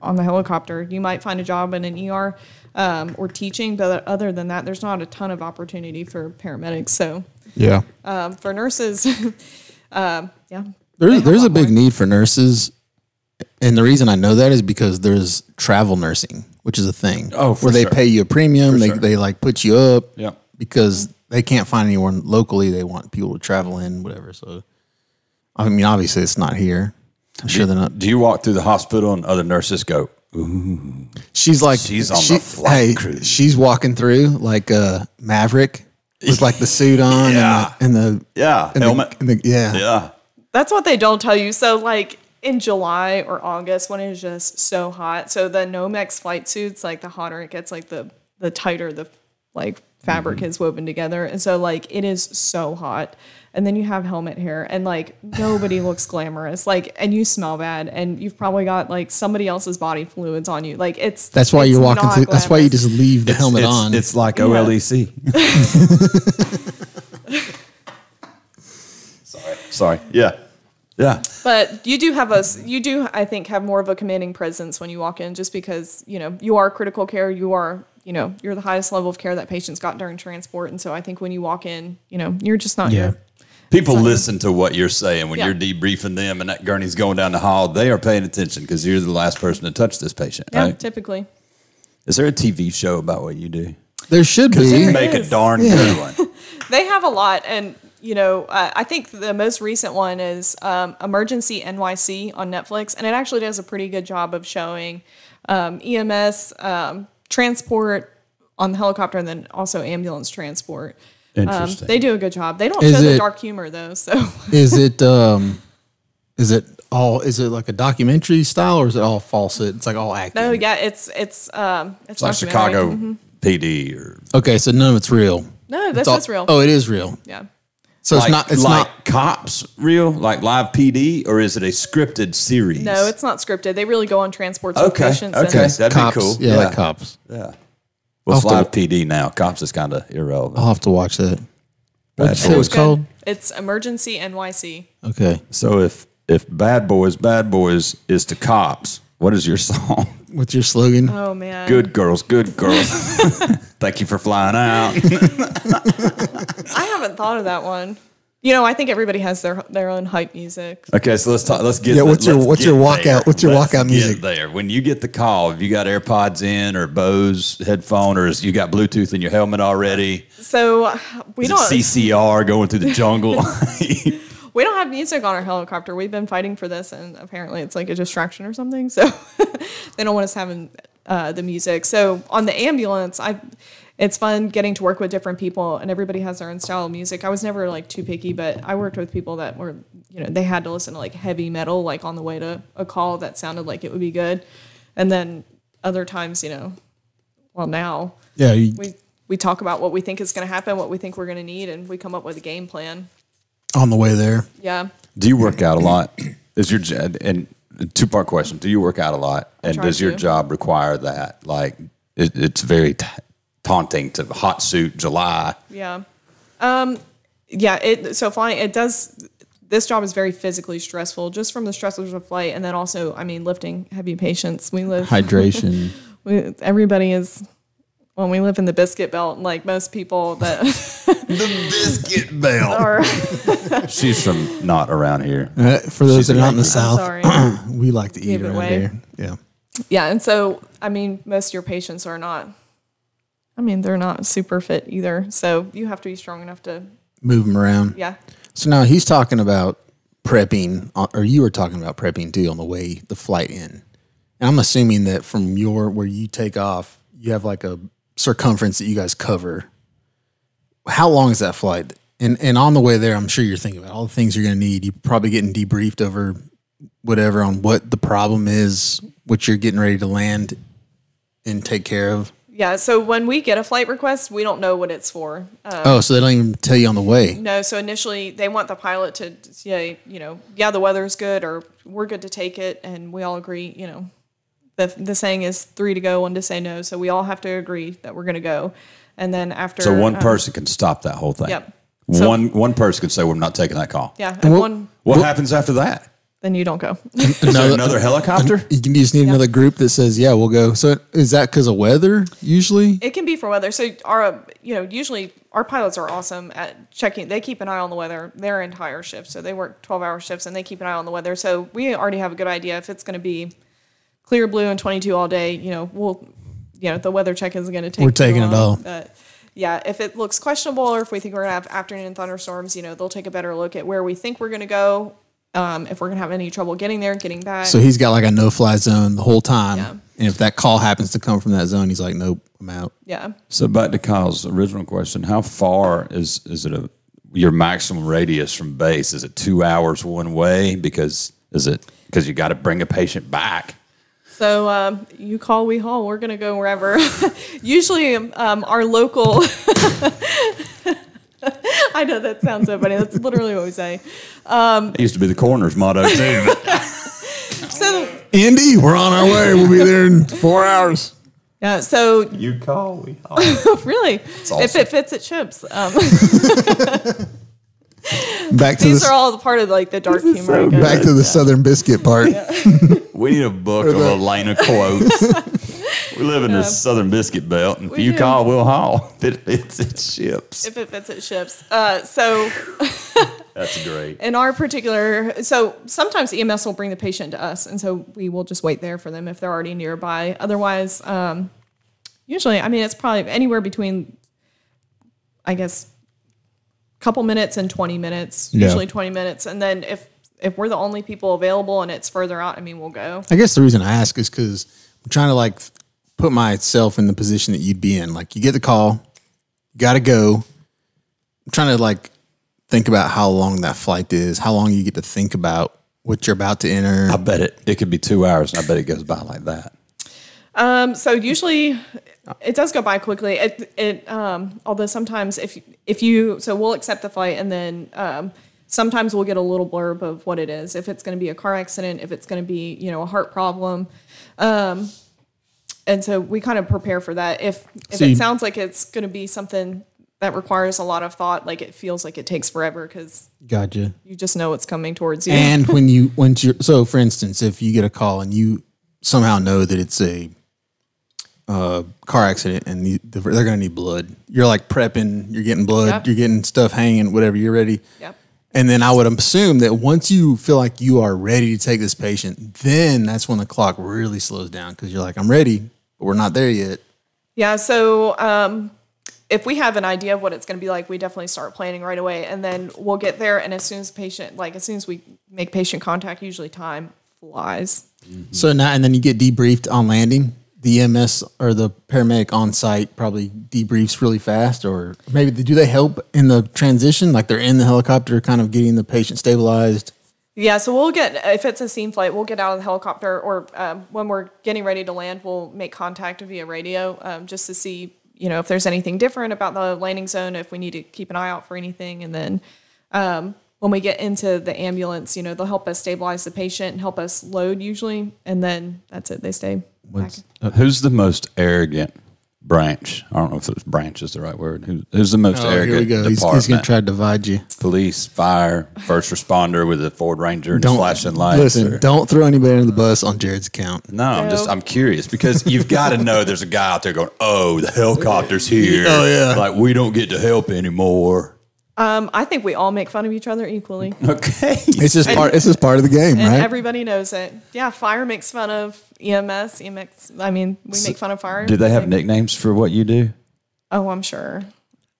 D: on the helicopter. You might find a job in an ER um, or teaching, but other than that, there's not a ton of opportunity for paramedics. So,
C: yeah,
D: um, for nurses. um, yeah.
C: There's there's a big need for nurses, and the reason I know that is because there's travel nursing, which is a thing.
A: Oh, for
C: where they
A: sure.
C: pay you a premium, they they like put you up,
A: Yeah.
C: because they can't find anyone locally. They want people to travel in, whatever. So, I mean, obviously it's not here. I'm sure they're not.
A: Do you walk through the hospital and other nurses go,
C: She's like
A: She's on the
C: she-
A: flight
C: hey,
A: crew.
C: She's walking through like uh, Maverick with like the suit on
A: Yeah.
C: and the, and the
A: "Yeah,
C: and the-
A: helmet,
C: and the- yeah.
A: yeah,
D: That's what they don't tell you. So, like in July or August, when it's just so hot, so the Nomex flight suits, like the hotter it gets, like the the tighter the like fabric
C: Mm-hmm.
D: is woven together, and so like it is so hot. And then you have helmet hair, and like nobody looks glamorous. Like, and you smell bad, and you've probably got like somebody else's body fluids on you. Like, it's
C: That's why
D: it's
C: you're walking
D: not
C: through. That's why you
D: glamorous.
C: just leave the helmet
A: it's,
C: on.
A: It's like E OLEC. sorry, sorry. Yeah, yeah.
D: But you do have a you do I think have more of a commanding presence when you walk in, just because you know you are critical care, you are you know you're the highest level of care that patients got during transport, and so I think when you walk in, you know you're just not your
A: People listen to what you're saying when
D: Yeah.
A: you're debriefing them, and that gurney's going down the hall. They are paying attention because you're the last person to touch this patient.
D: yeah
A: right?
D: typically.
A: Is there a TV show about what you do?
C: there should be.
A: You
D: There
A: make a
D: is.
A: darn good one.
D: They have a lot, and you know uh, I think the most recent one is um, Emergency NYC on Netflix, and it actually does a pretty good job of showing um, EMS um, transport on the helicopter, and then also ambulance transport. Um,
A: Interesting.
D: they do a good job. They don't
C: Is
D: show the
C: it-
D: dark humor though, so
C: Is it um Is it all? Is it like a documentary style, or is it all falsehood? It's like all acting.
D: No, yeah, it's it's um
A: It's
D: it's,
A: like
D: documentary.
A: Chicago PD or
C: Okay, so none of it's real.
D: No,
C: It's
D: this
C: all-
D: is real.
C: Oh, it is real.
D: Yeah.
C: So
A: like,
C: it's not. It's
A: like
C: not.
A: cops real like live PD or is it a scripted series?
D: No, it's not scripted. They really go on transports with
A: okay.
D: patients. and-
A: Okay, that'd
C: cops.
A: be cool.
C: Yeah, like cops.
A: Well, it's
C: I'll have
A: live PD now. Cops is kind of irrelevant.
C: I'll have to watch that.
A: Bad
C: say it was
A: Boys.
D: Good.
C: called?
D: It's Emergency NYC.
C: Okay.
A: So if if Bad Boys, Bad Boys is to cops, what is your song?
C: What's your slogan?
D: Oh man.
A: Good girls, good girls. Thank you for flying out.
D: I haven't thought of that one. You know, I think everybody has their their own hype music.
A: Okay, so let's talk. Let's get.
C: Yeah, what's your-
A: let's
C: what's
A: get
C: your walkout- what's your
A: Let's get
C: walkout music?
A: there? When you get the call, have you got AirPods in or Bose headphone, or is you got Bluetooth in your helmet already?
D: So we
A: Is it
D: don't
A: CCR going through the jungle?
D: we don't have music on our helicopter. We've been fighting for this, and apparently it's like a distraction or something. So they don't want us having uh, the music. So on the ambulance, I it's fun getting to work with different people, and everybody has their own style of music. I was never like too picky, but I worked with people that were you know they had to listen to like heavy metal like on the way to a call that sounded like it would be good, and then other times you know, well now
C: Yeah, you,
D: we we talk about what we think is going to happen, what we think we're going to need, and we come up with a game plan.
C: on the way there.
D: Yeah.
A: Do you work out a lot? Is your j- and two part question? Do you work out a lot, and
D: try
A: does your
D: to.
A: job require that? Like, it, it's very ta taunting to hot suit July.
D: Yeah. Um, yeah. It so flying it does. This job is very physically stressful, just from the stressors of flight, and then also, I mean, lifting heavy patients. We live.
C: Hydration.
D: We, everybody is. When we live in the biscuit belt, like most people that
A: The biscuit belt.
D: are,
A: She's from not around here.
C: Uh, for those that are not in the south,
D: sorry,
C: we like to eat
D: Give it
C: around
D: away.
C: here. Yeah.
D: yeah, and so I mean, most of your patients are not. I mean, they're not super fit either, so you have to be strong enough to,
C: Move them around.
D: yeah,
C: So now he's talking about prepping, uh, or you were talking about prepping too on the way the flight in. And I'm assuming that from your where you take off, you have like a circumference that you guys cover. How long is that flight? And and on the way there, I'm sure you're thinking about all the things you're going to need. You're probably getting debriefed over whatever on what the problem is, what you're getting ready to land and take care of.
D: yeah. So when we get a flight request, we don't know what it's for.
C: oh, so they don't even tell you on the way.
D: No, so initially they want the pilot to say, you know, yeah, the weather's good or we're good to take it. And we all agree, you know, the, the saying is three to go, one to say no. So we all have to agree that we're going to go. And then after.
A: So one
D: um,
A: person can stop that whole thing.
D: Yep. So-
A: One one person can say we're not taking that call.
D: Yeah. And
C: what-
D: one,
A: What happens after that?
D: then you don't go.
A: Is there another helicopter?
C: You can- you just need another group that says, "Yeah, we'll go." So is that because of weather usually?
D: it can be for weather. So our, you know, usually our pilots are awesome at checking. They keep an eye on the weather their entire shift. So they work 12 hour shifts and they keep an eye on the weather. So we already have a good idea if it's going to be clear blue and 22 all day, you know, we'll, you know, the weather check is going to take,
C: We're
D: too
C: taking it
D: long.
C: all.
D: But yeah, if it looks questionable or if we think we're going to have afternoon thunderstorms, you know, they'll take a better look at where we think we're going to go. Um, if we're going to have any trouble getting there, getting back.
C: So he's got like a no-fly zone the whole time,
D: Yeah.
C: and if that call happens to come from that zone, he's like, "Nope, I'm out."
D: yeah.
A: So back to Kyle's original question: How far is is it a your maximum radius from base? Is it two hours one way? Because is it because you got to bring a patient back?
D: So um, you call, we haul. We're gonna go wherever. Usually, um, our local. I know that sounds so funny. That's literally what we say.
A: It used to be the coroner's motto too.
D: So
C: Indy, we're on our way. We'll be there in four hours.
D: yeah. So
A: you call, we call.
D: really, if
A: awesome.
D: it fits, it ships. Um,
C: Back to
D: these
C: the
D: are all part of like the dark humor. I guess.
C: back to the southern biscuit part.
A: We need a book of a line of quotes. we live in the southern biscuit belt, and if
D: We
A: you
D: do.
A: call, we'll haul. If it fits, it ships.
D: If it fits, it ships. Uh, so
A: That's great.
D: in our particular, so sometimes EMS will bring the patient to us, and so we will just wait there for them if they're already nearby. Otherwise, um, usually, I mean, it's probably anywhere between, I guess, couple minutes and twenty minutes.
C: Yeah.
D: Usually twenty minutes, and then if if we're the only people available and it's further out, I mean, we'll go.
C: I guess the reason I ask is because I'm trying to like put myself in the position that you'd be in. Like you get the call, you gotta go. I'm trying to like think about how long that flight is, how long you get to think about what you're about to enter.
A: I bet it. It could be two hours, and I bet it goes by like that.
D: Um, so usually it does go by quickly. It, it um, although sometimes if if you so we'll accept the flight and then um, sometimes we'll get a little blurb of what it is. If it's going to be a car accident, if it's going to be you know a heart problem, um, and so we kind of prepare for that. If if
C: So
D: it
C: you-
D: sounds like it's going to be something that requires a lot of thought, like it feels like it takes forever because
C: Gotcha.
D: you just know it's coming towards you.
C: And when you once you so for instance, if you get a call and you somehow know that it's a uh, car accident and the, the, they're going to need blood, you're like prepping, you're getting blood,
D: Yep.
C: you're getting stuff hanging, whatever. You're ready.
D: Yep.
C: And then I would assume that once you feel like you are ready to take this patient, then that's when the clock really slows down because you're like, I'm ready, but we're not there yet.
D: Yeah. So um, if we have an idea of what it's going to be like, we definitely start planning right away, and then we'll get there. And as soon as patient, like as soon as we make patient contact, usually time flies.
C: So now, and then you get debriefed on landing. The MS or the paramedic on site probably debriefs really fast, or maybe do they help in the transition? Like they're in the helicopter, kind of getting the patient stabilized.
D: Yeah. So we'll get if it's a scene flight, we'll get out of the helicopter, or um, when we're getting ready to land, we'll make contact via radio um, just to see you know if there's anything different about the landing zone, if we need to keep an eye out for anything, and then. Um, when we get into the ambulance, you know, they'll help us stabilize the patient and help us load usually, and then that's it. They stay back.
A: uh, Who's the most arrogant branch? I don't know if it's branch is the right word. Who, who's the most
C: Oh, here we
A: arrogant
C: go. He's,
A: department?
C: he's going to try to divide you.
A: Police, fire, first responder with a Ford Ranger and his flashing lights.
C: Listen,
A: or-
C: don't throw anybody under the bus on Jared's account.
A: No, I'm just
D: No.
A: I'm curious because you've got to know there's a guy out there going, "Oh, the helicopter's here!
C: Oh, yeah.
A: like we don't get to help anymore."
D: Um, I think we all make fun of each other equally,
A: Mm-hmm. Okay,
C: It's just part. It's just part of the game,
D: and
C: right?
D: everybody knows it. Yeah, fire makes fun of E EMS, EMS. I mean, we make fun of fire.
A: do they have nicknames for what you do?
D: Oh, I'm sure.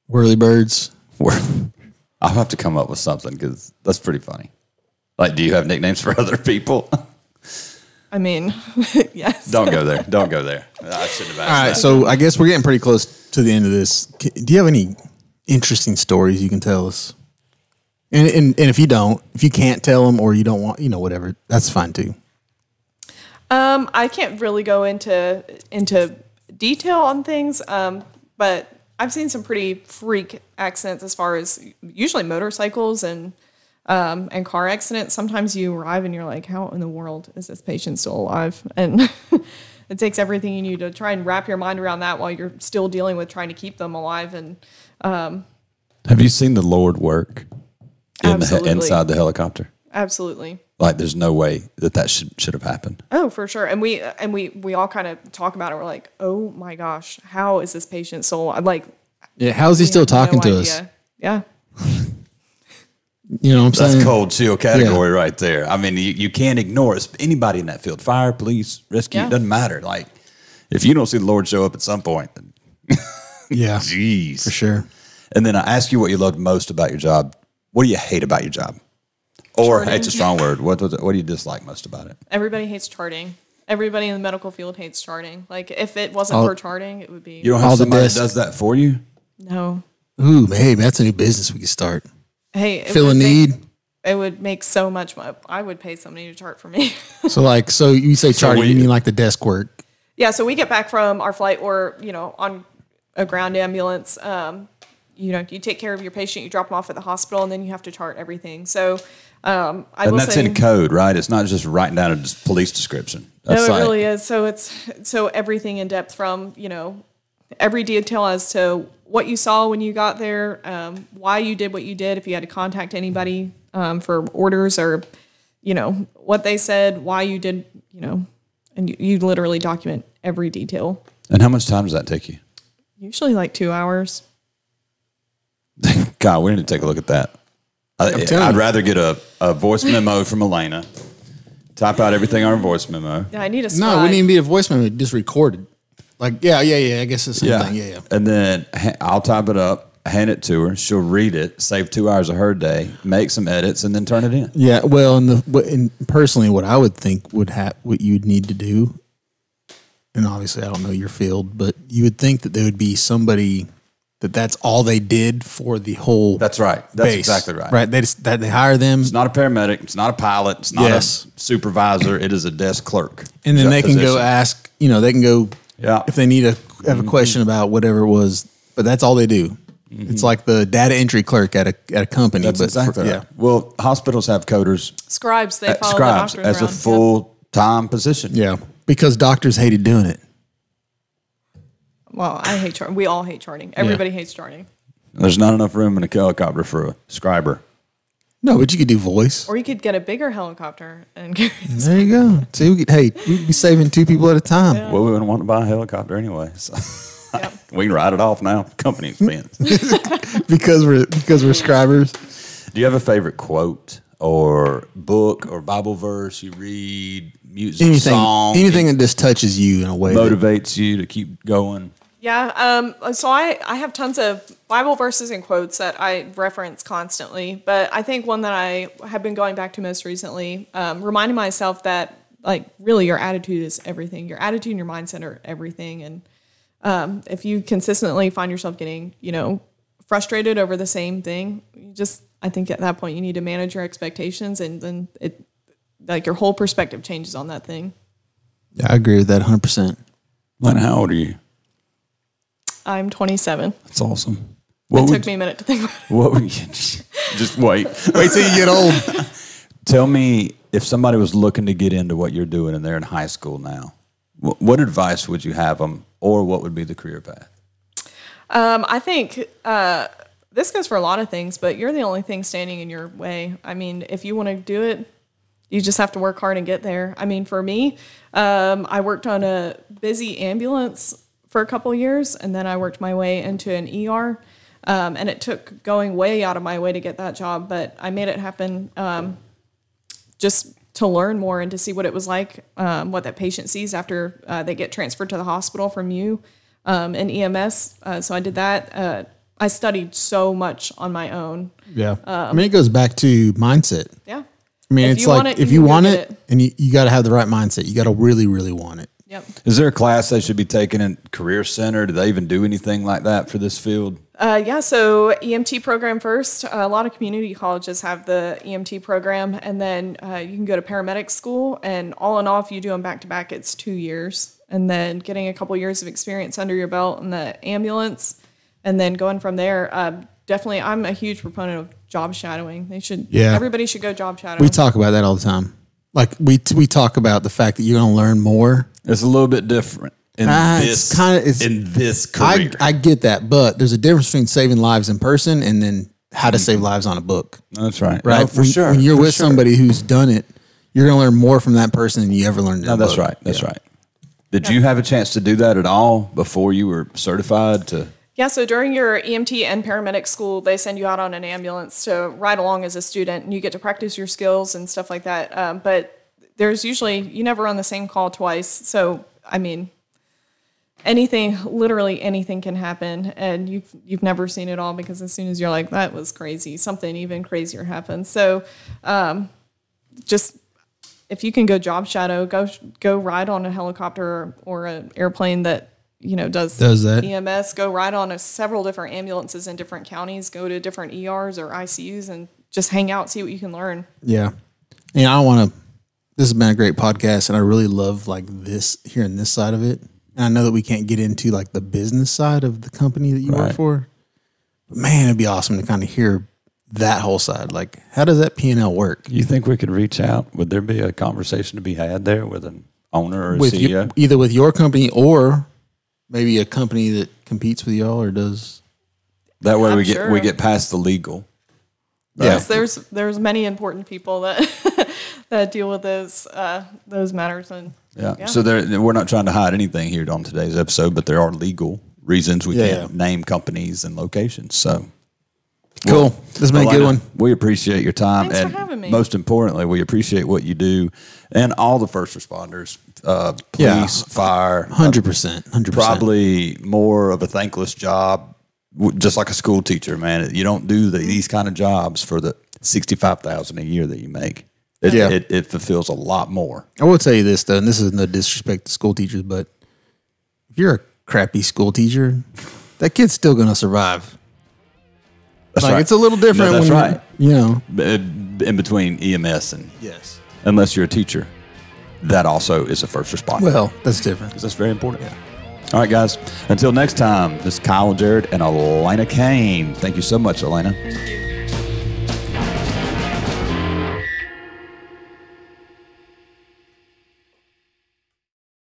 C: Whirly birds.
A: Or- I'll have to come up with something because that's pretty funny. Like, do you have nicknames for other people?
D: I mean, yes.
A: don't go there. Don't go there. I shouldn't have asked.
C: All right, so I guess we're getting pretty close to the end of this. K- Do you have any interesting stories you can tell us? And, and and if you don't, if you can't tell them, or you don't want, you know, whatever, that's fine too.
D: Um, I can't really go into into detail on things, um, but I've seen some pretty freak accidents as far as usually motorcycles and um, and car accidents. Sometimes you arrive and you're like, how in the world is this patient still alive? And it takes everything you need to try and wrap your mind around that while you're still dealing with trying to keep them alive. And
A: Have you seen the Lord work in the, he-
D: Absolutely.
A: inside the helicopter?
D: absolutely.
A: Like, there's no way that that should should have happened.
D: Oh, for sure. And we and we we all kind of talk about it. We're like, oh my gosh, how is this patient still alive? Like
C: Yeah, how's he still
D: have no
C: talking to us?
D: idea. Yeah.
C: You know what I'm
A: That's
C: saying?
A: cold chill category right there. I mean, you, you can't ignore it. Anybody in that field, fire, police, rescue,
D: Yeah.
A: it doesn't matter. Like, if you don't see the Lord show up at some point, then
C: Yeah, for
A: geez.
C: sure.
A: And then I ask you what you loved most about your job. What do you hate about your job? Or hate's a strong word. What, what what do you dislike most about it?
D: Everybody hates charting. Everybody in the medical field hates charting. Like if it wasn't for charting, it would be
A: You don't have
C: All the
A: somebody that
C: desk.
A: does that for you.
D: no.
C: Ooh, hey, that's a new business we could start.
D: Hey, it
C: Fill a
D: would make-
C: need.
D: It would make so much money. I would pay somebody to chart for me.
C: So like, so you say charting,
A: we-
C: you mean like the desk work?
D: yeah, so we get back from our flight or, you know, on a ground ambulance. Um, you know, you take care of your patient, you drop them off at the hospital, and then you have to chart everything. So um, I
A: And
D: will
A: that's
D: say,
A: in code, right? It's not just writing down a des- police description.
D: No,
A: That's
D: it
A: like-
D: really is. So it's so everything in depth from you know every detail as to what you saw when you got there, um, why you did what you did, if you had to contact anybody um, for orders or you know what they said, why you did, you know, and you, you literally document every detail.
A: And how much time does that take you?
D: Usually like two hours.
A: God, we need to take a look at that. I,
C: telling
A: I'd
C: you.
A: rather get a, a voice memo from Elena, type out everything on her voice memo.
D: Yeah, I need a
C: No,
D: scribe.
C: it wouldn't even be a voice memo. Just recorded. Like, yeah, yeah, yeah. I guess it's something. Yeah, yeah.
A: And then ha- I'll type it up, hand it to her. She'll read it, save two hours of her day, make some edits, and then turn it in.
C: Yeah, well, and the what- and personally, what I would think would have what you'd need to do, and obviously, I don't know your field, but you would think that there would be somebody that that's all they did for the whole.
A: That's right. That's
C: base,
A: exactly right.
C: Right. They just that they hire them
A: It's not a paramedic. It's not a pilot. It's not
C: Yes.
A: a supervisor. It is a desk clerk.
C: and
A: It's
C: then
A: a
C: they can go
A: position.
C: ask. You know, they can go.
A: Yeah.
C: If they need a have a question about whatever it was, but that's all they do. It's like the data entry clerk at a at a company.
A: Mm-hmm. That's
C: but for-
A: exactly
C: yeah.
A: right. Well, hospitals have coders,
D: Scribes, they
A: uh,
D: follow
A: scribes
D: the doctor
A: as
D: around.
A: a full time position.
C: Yeah. Because doctors hated doing it.
D: Yeah. Well, I hate charting. We all hate charting. Everybody hates charting.
A: There's not enough room in a helicopter for a scriber.
C: No, but you could do voice.
D: Or you could get a bigger helicopter and carry this.
C: There you go. See, we could, hey, we'd be saving two people at a time.
A: Well, we wouldn't want to buy a helicopter anyway. So we can write it off now. Company expense. Do
C: because we're because we're scribers.
A: you have a favorite quote or book or Bible verse you read, music,
C: Anything,
A: song,
C: anything that just touches you in a way.
A: that
C: that-
A: motivates you to keep going?
D: Yeah. Um, so I, I have tons of Bible verses and quotes that I reference constantly, but I think one that I have been going back to most recently, um, reminding myself that like really your attitude is everything. Your attitude and your mindset are everything. And um, if you consistently find yourself getting, you know, frustrated over the same thing, you just I think at that point you need to manage your expectations, and then it like your whole perspective changes on that thing.
C: yeah, I agree with that 100. percent
A: Lynn, how old are you?
D: I'm 27.
A: That's awesome. What
D: it
A: would,
D: took me a minute to think. About it.
A: what would you just wait?
C: Wait till you get old.
A: Tell me if somebody was looking to get into what you're doing and they're in high school now, wh- what advice would you have them or what would be the career path?
D: Um, I think uh, this goes for a lot of things, but you're the only thing standing in your way. I mean, if you want to do it, you just have to work hard and get there. I mean, for me, um, I worked on a busy ambulance for a couple years, and then I worked my way into an ER. Um, and it took going way out of my way to get that job, but I made it happen um, just to learn more and to see what it was like, um, what that patient sees after uh, they get transferred to the hospital from you um, and EMS. Uh, so I did that. Uh, I studied so much on my own.
C: Yeah, I mean, it goes back to mindset.
D: Yeah.
C: I mean,
D: Um, If
C: it's
D: you
C: like
D: want it,
C: if
D: you
C: you
D: can go
C: want
D: get
C: it,
D: it.
C: and you, you got to have the right mindset. You got to really, really want it.
D: Yep.
A: Is there a class they should be taking in Career Center? Do they even do anything like that for this field?
D: Uh, yeah, so EMT program first. Uh, a lot of community colleges have the EMT program, and then uh, you can go to paramedic school. And all in all, if you do them back to back, it's two years. And then getting a couple years of experience under your belt in the ambulance, and then going from there. Uh, definitely, I'm a huge proponent of job shadowing. They should,
C: Yeah.
D: everybody should go job shadow.
C: We talk about that all the time. Like we we talk about the fact that you're going to learn more.
A: It's a little bit different in
C: Ah,
A: this
C: it's kinda- it's-
A: in this
C: I
A: career.
C: I get that, but there's a difference between saving lives in person and then how to save lives on a book.
A: That's right.
C: Right?
A: No, for
C: when,
A: sure.
C: When you're
A: for
C: with
A: sure.
C: somebody who's done it, you're going to learn more from that person than you ever learned. in
A: No,
C: a
A: that's
C: book.
A: right. That's right. Did you have a chance to do that at all before you were certified to?
D: Yeah, so during your EMT and paramedic school, they send you out on an ambulance to ride along as a student, and you get to practice your skills and stuff like that. Um, but there's usually you never run the same call twice, so I mean, anything, literally anything can happen, and you you've never seen it all because as soon as you're like that was crazy, something even crazier happens. So, um, just if you can go job shadow, go go ride on a helicopter or an airplane that you know does
C: Does that.
D: EMS. Go ride on a, several different ambulances in different counties. Go to different ERs or ICUs and just hang out, see what you can learn.
C: Yeah. And I want to, this has been a great podcast and I really love like this, hearing this side of it. And I know that we can't get into like the business side of the company that you work
A: Right.
C: for, but man, it'd be awesome to kind of hear that whole side. Like how does that P&L work?
A: You think we could reach out? Would there be a conversation to be had there with an owner or a E
C: With
A: CEO?
C: you, either with your company or maybe a company that competes with y'all or does.
A: That way
D: I'm
A: we get we
D: sure.
A: get past the legal.
D: Yes, there's there's many important people that that deal with those uh, those matters and
A: Yeah. So there, we're not trying to hide anything here on today's episode, but there are legal reasons we
C: Yeah,
A: can't
C: yeah.
A: name companies and locations. So
C: Cool. This has been a
A: Well,
C: good
A: I-
C: one.
A: We appreciate your time.
D: Thanks for
A: and
D: having me.
A: Most importantly, we appreciate what you do and all the first responders, uh,
C: Yeah.
A: police, fire.
C: 100%. 100%.
A: Probably more of a thankless job, w- just like a school teacher, man. You don't do the, these kind of jobs for the 65000 a year that you make. It,
C: Yeah.
A: it, it fulfills a lot more.
C: I will tell you this though, and this is no disrespect to school teachers, but if you're a crappy school teacher, that kid's still gonna survive.
A: That's
C: like
A: right.
C: it's a little different.
A: No, that's
C: when,
A: right.
C: You know.
A: B- In between EMS and
C: Yes.
A: unless you're a teacher, that also is a first responder.
C: Well, that's different.
A: 'Cause that's very important. All right, guys. Until next time, this is Kyle Jared and Elena Kane. Thank you so much, Elena.
D: Thank you.